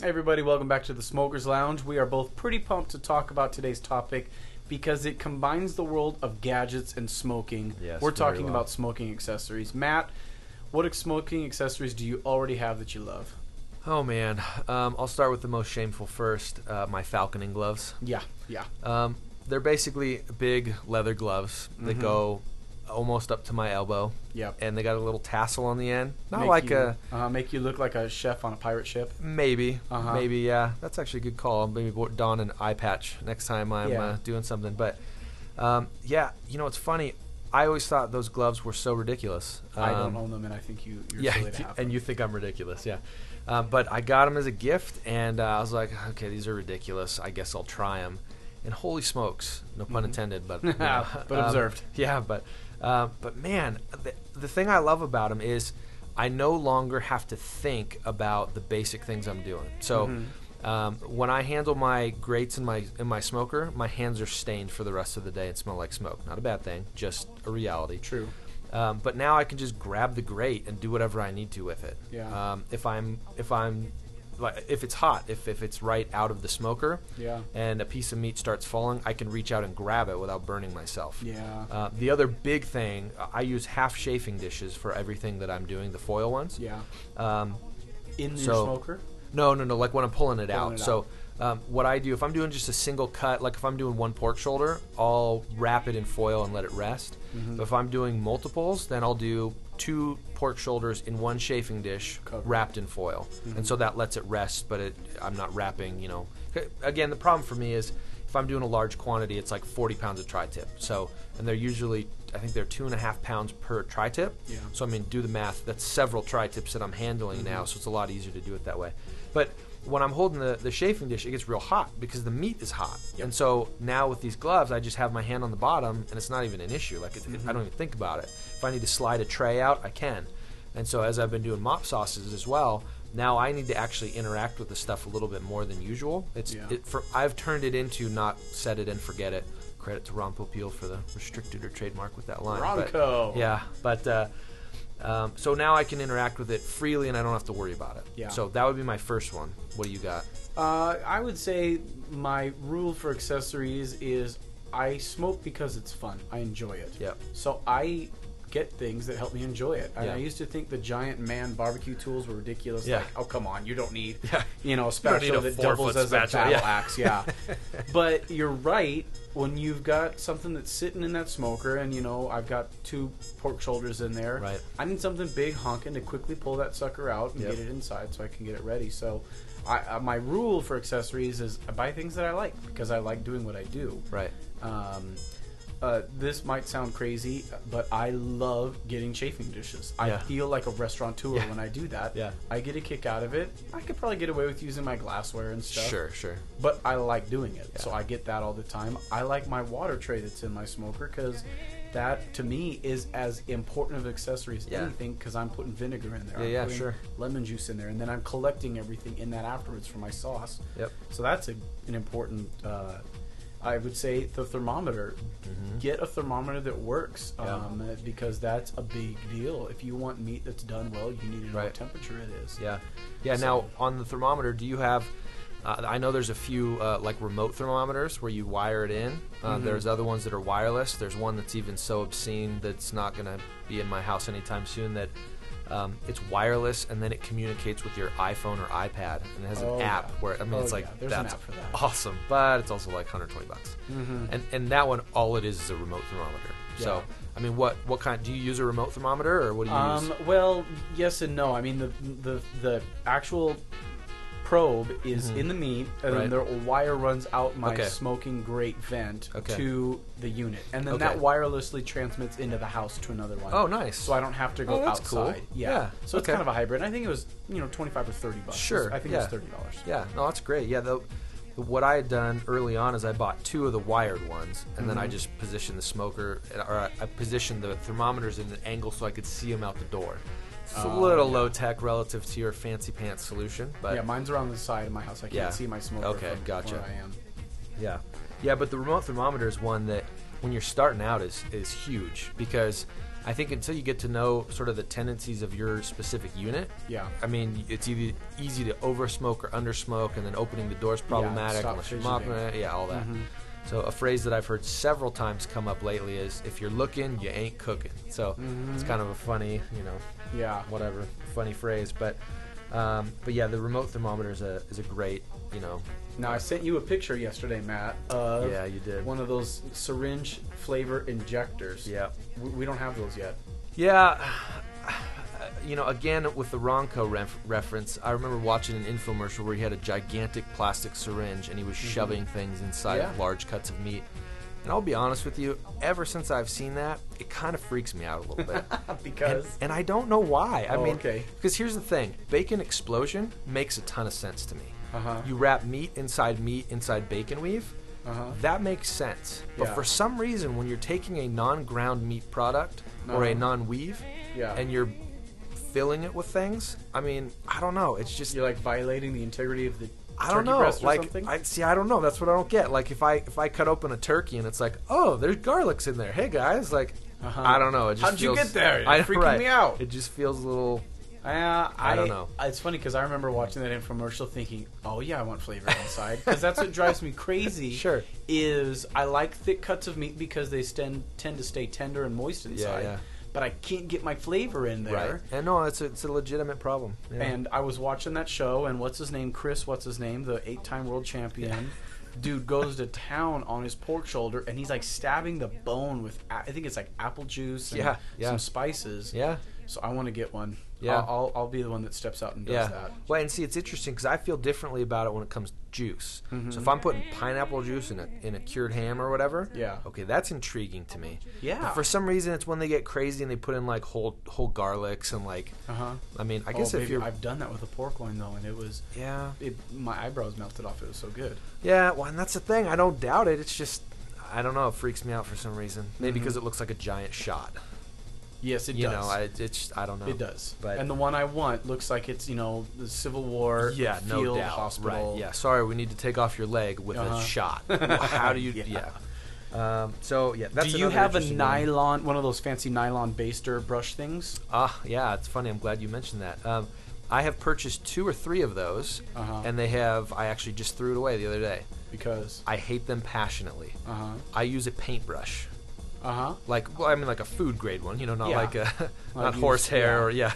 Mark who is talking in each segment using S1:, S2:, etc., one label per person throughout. S1: Hey everybody, welcome back to the Smokers Lounge. We are both pretty pumped to talk about today's topic because it combines the world of gadgets and smoking.
S2: Yes,
S1: We're
S2: very
S1: talking
S2: well.
S1: about smoking accessories. Matt, what ex- smoking accessories do you already have that you love?
S2: Oh man, um, I'll start with the most shameful first. Uh, my falconing gloves.
S1: Yeah, yeah.
S2: Um, they're basically big leather gloves that
S1: Mhm.
S2: go almost up to my elbow,
S1: Yep.
S2: and they got a little tassel on the end. Eh, Not
S1: Make
S2: like
S1: you,
S2: a
S1: uh, make you look like a chef on a pirate ship.
S2: maybe,
S1: Uh-huh.
S2: maybe yeah. That's actually a good call. Maybe bo- don an eye patch next time I'm
S1: Yeah.
S2: uh, doing something. But um, yeah, you know it's funny. I always thought those gloves were so ridiculous.
S1: I don't
S2: Um,
S1: own them, and I think you, you're
S2: yeah,
S1: silly to have
S2: and you think I'm ridiculous, yeah. Um, but I got them as a gift, and uh, I was like, okay, these are ridiculous. I guess I'll try them. And holy smokes, no pun
S1: Mhm.
S2: intended, but you know,
S1: But
S2: um,
S1: observed.
S2: Yeah, but uh, but man, the, the thing I love about them is I no longer have to think about the basic things I'm doing. So.
S1: Mhm.
S2: Um, when I handle my grates in my in my smoker, my hands are stained for the rest of the day and smell like smoke. Not a bad thing, just a reality.
S1: True.
S2: Um, but now I can just grab the grate and do whatever I need to with it.
S1: Yeah.
S2: Um, if I'm if I'm like if it's hot, if if it's right out of the smoker,
S1: Yeah.
S2: and a piece of meat starts falling, I can reach out and grab it without burning myself.
S1: Yeah.
S2: Uh, the other big thing, I use half chafing dishes for everything that I'm doing, the foil ones.
S1: yeah.
S2: Um,
S1: In your
S2: so-
S1: smoker?
S2: no, no, no. Like when I'm pulling it out.
S1: it
S2: so, um, what I do if I'm doing just a single cut, like if I'm doing one pork shoulder, I'll wrap it in foil and let it rest. But if I'm doing multiples, then I'll do two pork shoulders in one chafing dish
S1: Covered.
S2: wrapped in foil, and so that lets it rest. But it, I'm not wrapping. You know, again, the problem for me is if I'm doing a large quantity, it's like 40 pounds of tri-tip. So, and they're usually, I think they're two and a half pounds per tri-tip.
S1: Yeah.
S2: So so I mean, do the math. That's several tri-tips that I'm handling
S1: Mm-hmm.
S2: now, so it's a lot easier to do it that way. But when I'm holding the, the chafing dish, it gets real hot because the meat is hot. And so now with these gloves, I just have my hand on the bottom, and it's not even an issue. Like it, it-
S1: Mm-hmm.
S2: I don't even think about it. If I need to slide a tray out, I can. And so as I've been doing mop sauces as well, now I need to actually interact with the stuff a little bit more than usual. It's
S1: Yeah.
S2: it, for, I've turned it into not set it and forget it. Credit to Ron Popeil for the restricted or trademark with that line. but-
S1: Ronco.
S2: yeah, but uh, um, so now I can interact with it freely and I don't have to worry about it.
S1: Yeah.
S2: So that would be my first one. What do you got?
S1: Uh, I would say my rule for accessories is I smoke because it's fun. I enjoy it.
S2: Yep.
S1: So I get things that help me enjoy it. And I
S2: Yeah.
S1: used to think the giant man barbecue tools were ridiculous.
S2: Yeah.
S1: Like, oh come on, you don't need
S2: Yeah.
S1: you know a
S2: don't need
S1: spatula
S2: a
S1: that
S2: four-foot
S1: doubles as
S2: spatula,
S1: a battle
S2: yeah.
S1: axe. Yeah. but you're right. When you've got something that's sitting in that smoker, and you know I've got two pork shoulders in there,
S2: Right.
S1: I need something big honking to quickly pull that sucker out and
S2: Yep.
S1: get it inside so I can get it ready. So, I, uh, my rule for accessories is I buy things that I like because I like doing what I do.
S2: Right.
S1: Um, uh, this might sound crazy, but I love getting chafing dishes. I
S2: Yeah.
S1: feel like a restaurateur
S2: Yeah.
S1: when I do that.
S2: Yeah.
S1: I get a kick out of it. I could probably get away with using my glassware and stuff
S2: Sure, sure.
S1: but I like doing it. So I get that all the time. I like my water tray that's in my smoker because that to me is as important of an accessory as
S2: Yeah.
S1: anything because I'm putting vinegar in there.
S2: Yeah,
S1: I'm
S2: yeah,
S1: putting
S2: sure.
S1: Lemon juice in there, and then I'm collecting everything in that afterwards for my sauce.
S2: Yep.
S1: So that's a, an important. Uh, I would say the thermometer. Get a thermometer that works
S2: Mm-hmm. Yeah.
S1: um, because that's a big deal. If you want meat that's done well, you need to know what
S2: Right.
S1: temperature it is.
S2: Yeah. Yeah. now on the thermometer, do you have? Uh, I know there's a few uh, like remote thermometers where you wire it in. Uh,
S1: Mm-hmm.
S2: There's other ones that are wireless. There's one that's even so obscene that's not going to be in my house anytime soon that. Um, it's wireless, and then it communicates with your iPhone or iPad, and it has
S1: Oh,
S2: an app
S1: yeah.
S2: where I mean,
S1: Oh,
S2: it's like
S1: yeah. There's an
S2: that's
S1: app for that. Mm-hmm.
S2: awesome, but it's also like 120 bucks. And and that one, all it is is a remote thermometer.
S1: Yeah.
S2: So I mean, what what kind? Do you use a remote thermometer, or what do you use?
S1: Um, well, yes and no. I mean, the the the actual probe is in the meat, and then
S2: Mm-hmm. Right.
S1: the wire runs out my
S2: Okay.
S1: smoking grate vent
S2: Okay.
S1: to the unit, and then
S2: Okay.
S1: that wirelessly transmits into the house to another one.
S2: Oh, nice.
S1: So I don't have to go
S2: Oh, that's cool.
S1: outside. Yeah.
S2: Yeah.
S1: So it's
S2: Okay.
S1: kind of a hybrid. I think it was you know twenty five or thirty bucks.
S2: Sure,
S1: I think it was
S2: yeah.
S1: thirty dollars.
S2: Yeah, no, that's great. Yeah, the, the, what I had done early on is I bought two of the wired ones, and then I just positioned the smoker, or I, I positioned the thermometers in an angle so I could see them out the door. It's a little low tech relative to your fancy pants solution, but
S1: Yeah, mine's around the side of my house. I can't
S2: Yeah.
S1: see my smoker
S2: Okay,
S1: from
S2: gotcha.
S1: where I am.
S2: Yeah, yeah, but the remote thermometer is one that when you're starting out is is huge because I think until you get to know sort of the tendencies of your specific unit,
S1: Yeah.
S2: I mean, it's either easy to over smoke or under smoke, and then opening the door is problematic.
S1: stop
S2: unless you're
S1: fidgeting. Mm-hmm.
S2: mopping it, yeah, all that. So a phrase that I've heard several times come up lately is, "If you're looking, you ain't cooking." So
S1: Mm-hmm.
S2: it's kind of a funny, you know,
S1: Yeah.
S2: whatever, funny phrase. But um, but yeah, the remote thermometer is a is a great, you know.
S1: Now I sent you a picture yesterday, Matt, of
S2: Yeah, you did.
S1: one of those syringe flavor injectors.
S2: Yeah.
S1: we, we don't have those yet.
S2: Yeah, you know, again with the Ronco ref- reference, I remember watching an infomercial where he had a gigantic plastic syringe and he was shoving things inside of
S1: Mm-hmm. Yeah.
S2: large cuts of meat. And I'll be honest with you, ever since I've seen that, it kind of freaks me out a little bit.
S1: Because
S2: And I don't know why. I
S1: Oh,
S2: mean,
S1: okay.
S2: because here's the thing: bacon explosion makes a ton of sense to me.
S1: Uh-huh.
S2: You wrap meat inside meat inside bacon weave.
S1: Uh-huh.
S2: That makes sense. But
S1: Yeah.
S2: for some reason, when you're taking a non-ground meat product or a
S1: Uh-huh.
S2: non-weave,
S1: Yeah.
S2: and you're filling it with things, I mean, I don't know. It's just
S1: you're like violating the integrity of the
S2: I don't
S1: turkey
S2: know.
S1: breast or
S2: Like,
S1: something.
S2: I see. I don't know. That's what I don't get. Like, if I if I cut open a turkey and it's like, oh, there's garlics in there. Hey guys, like,
S1: Uh-huh.
S2: I don't know. It just
S1: How'd you
S2: feels-
S1: get there? You're
S2: I know,
S1: freaking
S2: right.
S1: me out.
S2: It just feels a little.
S1: Uh, I,
S2: don't know.
S1: It's funny because I remember watching that infomercial, thinking, "Oh yeah, I want flavor inside," because that's what drives me crazy.
S2: Sure.
S1: is I like thick cuts of meat because they stand, tend to stay tender and moist inside.
S2: yeah.
S1: But I can't get my flavor in there.
S2: Right. And no, it's a, it's a legitimate problem. Yeah.
S1: And I was watching that show, and what's his name? Chris, what's his name? The eight time world champion. Dude goes to town on his pork shoulder, and he's like stabbing the bone with, a- I think it's like apple juice and
S2: Yeah, yeah.
S1: some spices.
S2: yeah,
S1: So I want to get one.
S2: Yeah.
S1: I'll, I'll, I'll be the one that steps out and does
S2: yeah.
S1: that.
S2: Well, and see, it's interesting because I feel differently about it when it comes to juice.
S1: Mm-hmm.
S2: So if I'm putting pineapple juice in a in a cured ham or whatever,
S1: Yeah.
S2: okay, that's intriguing to me.
S1: Yeah.
S2: But for some reason, it's when they get crazy and they put in like whole whole garlics and like.
S1: Uh huh.
S2: I mean, I
S1: I
S2: guess
S1: guess oh,
S2: if
S1: baby,
S2: you're
S1: I've done that with a pork loin though, and it was
S2: yeah
S1: it, my eyebrows melted off. It was so good.
S2: yeah. Well, and that's the thing. I don't doubt it. It's just I don't know. It freaks me out for some reason. Maybe because it looks like a giant shot.
S1: Yes, Mm-hmm. it
S2: you
S1: does.
S2: know, I, it's I don't know.
S1: it does.
S2: but-
S1: and the one I want looks like it's you know the Civil War
S2: yeah, no
S1: field
S2: doubt.
S1: hospital.
S2: Right. Yeah. Sorry, we need to take off your leg with
S1: Uh-huh.
S2: a shot. Well, How do you? yeah. Um, so yeah, that's.
S1: Do you
S2: another
S1: have a
S2: interesting one.
S1: nylon, one of those fancy nylon baster brush things?
S2: Ah, yeah. It's funny. I'm glad you mentioned that. Um, I have purchased two or three of those,
S1: Uh-huh.
S2: and they have. I actually just threw it away the other day.
S1: Because
S2: I hate them passionately.
S1: uh huh,
S2: I use a paintbrush.
S1: uh huh.
S2: like well, I mean like a food grade one, you know, not
S1: Yeah.
S2: like a
S1: Like
S2: not
S1: you-
S2: horsehair
S1: yeah.
S2: or yeah,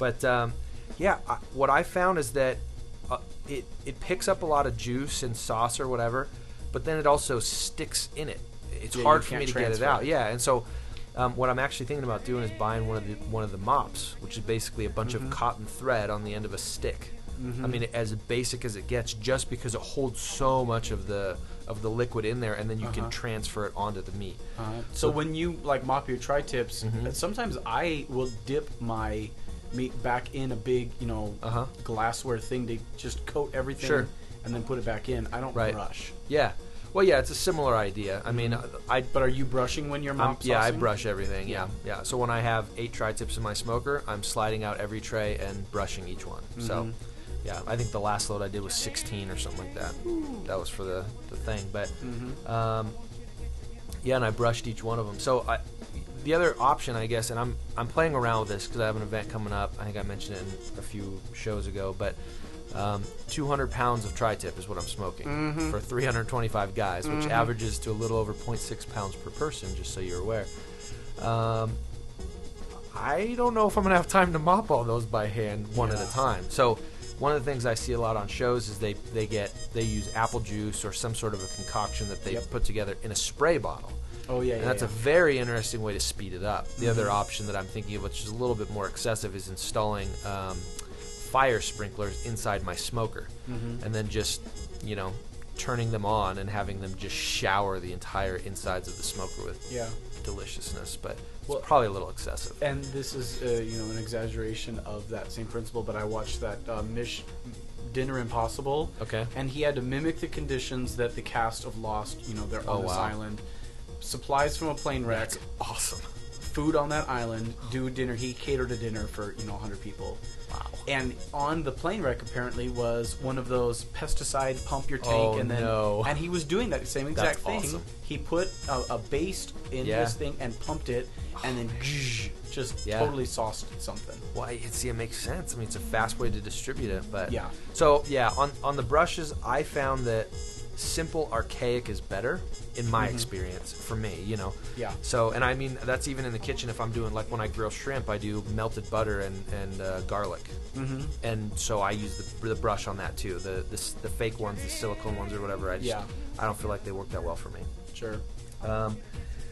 S2: but um, yeah, I, what I found is that uh, it it picks up a lot of juice and sauce or whatever, but then it also sticks in it. It's
S1: Yeah, you
S2: hard for
S1: can't
S2: me to get it
S1: transfer
S2: out.
S1: it.
S2: Yeah, and so. Um, what I'm actually thinking about doing is buying one of the one of the mops, which is basically a bunch
S1: Mm-hmm.
S2: of cotton thread on the end of a stick. I mean, as basic as it gets, just because it holds so much of the of the liquid in there, and then you can
S1: Uh-huh.
S2: transfer it onto the meat.
S1: Uh, so when you like mop your tri-tips,
S2: Mm-hmm.
S1: sometimes I will dip my meat back in a big, you know,
S2: Uh-huh.
S1: glassware thing to just coat everything
S2: Sure.
S1: and then put it back in. I don't
S2: Right.
S1: brush.
S2: Yeah. Well, yeah, it's a similar idea. I mean, I
S1: But are you brushing when you're
S2: I'm,
S1: Mm-hmm. mop
S2: yeah, I
S1: saucing?
S2: brush everything. Yeah, yeah. So when I have eight tri tips in my smoker, I'm sliding out every tray and brushing each one. So,
S1: Mm-hmm.
S2: yeah, I think the last load I did was 16 or something like that. That was for the the thing, but
S1: Mm-hmm.
S2: um, yeah, and I brushed each one of them. So I, the other option, I guess, and I'm I'm playing around with this because I have an event coming up. I think I mentioned it in a few shows ago, but um, 200 pounds of tri-tip is what I'm smoking for 325 guys, which averages to a little over 0.6 pounds per person. Just so you're aware. Um, I don't know if I'm gonna have time to mop all those by hand one at a time. So one of the things I see a lot on shows is they they get they use apple juice or some sort of a concoction that they
S1: Yep.
S2: put together in a spray bottle.
S1: Oh yeah, yeah.
S2: And that's a
S1: yeah.
S2: very interesting way to speed it up. The other option that I'm thinking of, which is a little bit more excessive, is installing um, fire sprinklers inside my smoker, and then just you know turning them on and having them just shower the entire insides of the smoker with
S1: Yeah.
S2: deliciousness. But it's
S1: Well-
S2: probably a little excessive.
S1: And this is, uh, you know, an exaggeration of that same principle. But I watched that uh, Mish Dinner Impossible.
S2: Okay.
S1: And he had to mimic the conditions that the cast of Lost, you know, they're
S2: Oh,
S1: on this
S2: wow.
S1: island. Supplies from a plane wreck.
S2: awesome.
S1: food on that island, do dinner. He catered a dinner for you know 100 people.
S2: Wow.
S1: And on the plane wreck, apparently, was one of those pesticide pump your tank
S2: Oh,
S1: and then
S2: no.
S1: and he was doing that same exact
S2: That's
S1: thing.
S2: awesome.
S1: He put a, a baste in
S2: Yeah. Oh,
S1: his thing and pumped it, and then just
S2: Yeah.
S1: totally sauced something.
S2: Well, I can see it makes sense. I mean, it's a fast way to distribute it, but
S1: Yeah.
S2: So yeah, on on the brushes, I found that simple, archaic is better in my experience for me. You know.
S1: Mm-hmm. Yeah.
S2: So and I mean that's even in the kitchen if I'm doing like when I grill shrimp, I do melted butter and and uh, garlic, mm-hmm. and so I use the, the brush on that too. The, the s- the fake ones, the silicone ones or whatever. I just
S1: Yeah.
S2: I don't feel like they work that well for me.
S1: Sure.
S2: Um,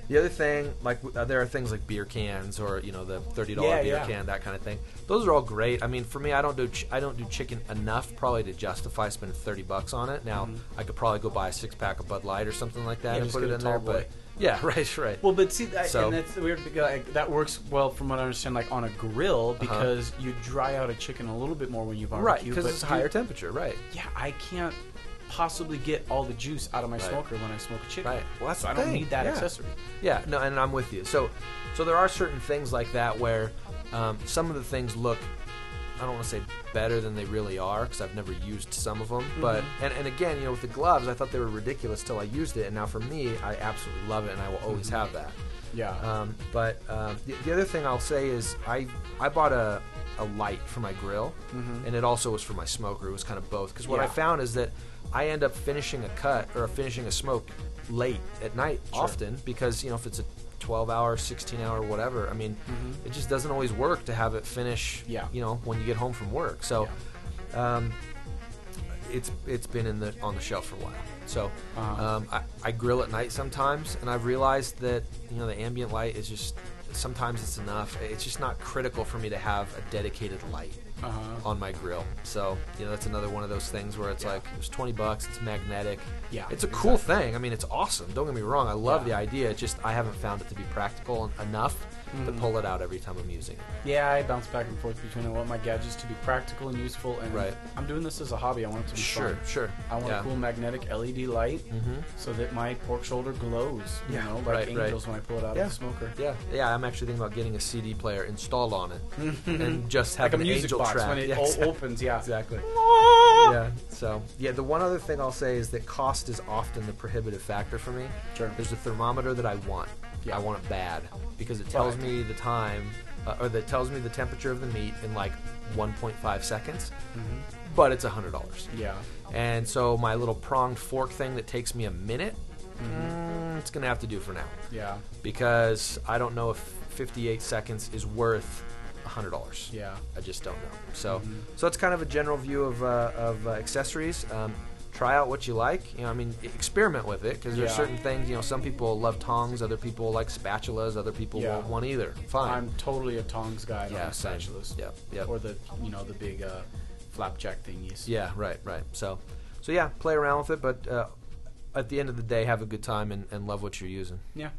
S2: the other thing, like w- uh, there are things like beer cans or you know the thirty dollar
S1: Yeah,
S2: beer
S1: yeah.
S2: can, that kind of thing. Those are all great. I mean, for me, I don't do ch- I don't do chicken enough probably to justify spending thirty bucks on it. Now I could probably go buy a six pack of Bud Light or something like
S1: Mm-hmm.
S2: that
S1: Yeah,
S2: and
S1: just
S2: put
S1: get
S2: it
S1: a
S2: in
S1: tall
S2: there.
S1: boy.
S2: But yeah, right, right.
S1: Well, but see, that,
S2: So-
S1: and that's weird because like, that works well from what I understand, like on a grill, because you dry out a chicken a little bit more when you
S2: Uh-huh. right,
S1: barbecue.
S2: because
S1: but
S2: it's
S1: dude,
S2: higher temperature, right?
S1: Yeah, I can't possibly get all the juice out of my
S2: Right.
S1: smoker when I smoke a chicken.
S2: Right. Well, that's
S1: so
S2: the
S1: I don't
S2: thing,
S1: need that
S2: yeah.
S1: accessory.
S2: Yeah, no, and I'm with you. So, so there are certain things like that where um, some of the things look, I don't want to say better than they really are because I've never used some of them. But and, and again, you know, with the gloves, I thought they were ridiculous till I used it, and now for me, I absolutely love it, and I will always have that.
S1: Yeah.
S2: Um, but um, the, the other thing I'll say is I I bought a a light for my grill, and it also was for my smoker. It was kind of both because what I
S1: Mm-hmm. Yeah.
S2: found is that I end up finishing a cut or finishing a smoke late at night often because you know if it's a 12 hour 16 hour whatever i mean it just doesn't always work to have it finish
S1: Mm-hmm. Yeah.
S2: you know when you get home from work so um, it's it's been in the on the shelf for a while. So
S1: Uh-huh.
S2: um, I, I grill at night sometimes, and I've realized that you know the ambient light is just sometimes it's enough. It's just not critical for me to have a dedicated light
S1: Uh-huh.
S2: on my grill. So you know that's another one of those things where it's like it's twenty bucks, it's magnetic.
S1: Yeah,
S2: it's a cool thing. I mean, it's awesome. Don't get me wrong, I love the idea. It's just I haven't found it to be practical en- enough to
S1: Mm.
S2: pull it out every time I'm using it.
S1: Yeah, I bounce back and forth between I want my gadgets to be practical and useful, and
S2: Right.
S1: I'm doing this as a hobby. I want it to be
S2: Sure,
S1: fun.
S2: sure.
S1: I want
S2: Yeah. Mm-hmm.
S1: a cool magnetic LED light so that my pork shoulder glows, you
S2: Yeah,
S1: know, like
S2: right, right.
S1: angels when I pull it out
S2: Yeah.
S1: of the smoker.
S2: Yeah, yeah. I'm actually thinking about getting a CD player installed on it and just have
S1: Like a
S2: an
S1: music
S2: angel
S1: box
S2: track.
S1: when it
S2: yeah,
S1: o-
S2: exactly.
S1: opens, yeah.
S2: exactly. Yeah. So yeah, the one other thing I'll say is that cost is often the prohibitive factor for me.
S1: Sure.
S2: There's a thermometer that I want.
S1: Yeah.
S2: I want it bad because it tells
S1: Right.
S2: me the time, uh, or that tells me the temperature of the meat in like 1.5 seconds. But it's hundred dollars.
S1: Yeah.
S2: And so my little pronged fork thing that takes me a minute, mm, it's gonna have to do for now
S1: Yeah.
S2: because I don't know if 58 seconds is worth $100.
S1: Yeah. Mm-hmm.
S2: I just don't know. So, so that's kind of a general view of, uh, of uh, accessories. Um, try out what you like. You know, I mean, e- experiment with it because there's
S1: Yeah.
S2: certain things. You know, some people love tongs, other people like spatulas, other people
S1: Yeah.
S2: won't want either. Fine.
S1: I'm totally a tongs guy. I don't
S2: Yeah,
S1: do
S2: same.
S1: spatulas.
S2: Yep, yep.
S1: Or the you know the big uh, flapjack thingies.
S2: Yeah, right, right. So, so yeah, play around with it, but uh, at the end of the day, have a good time and, and love what you're using.
S1: Yeah.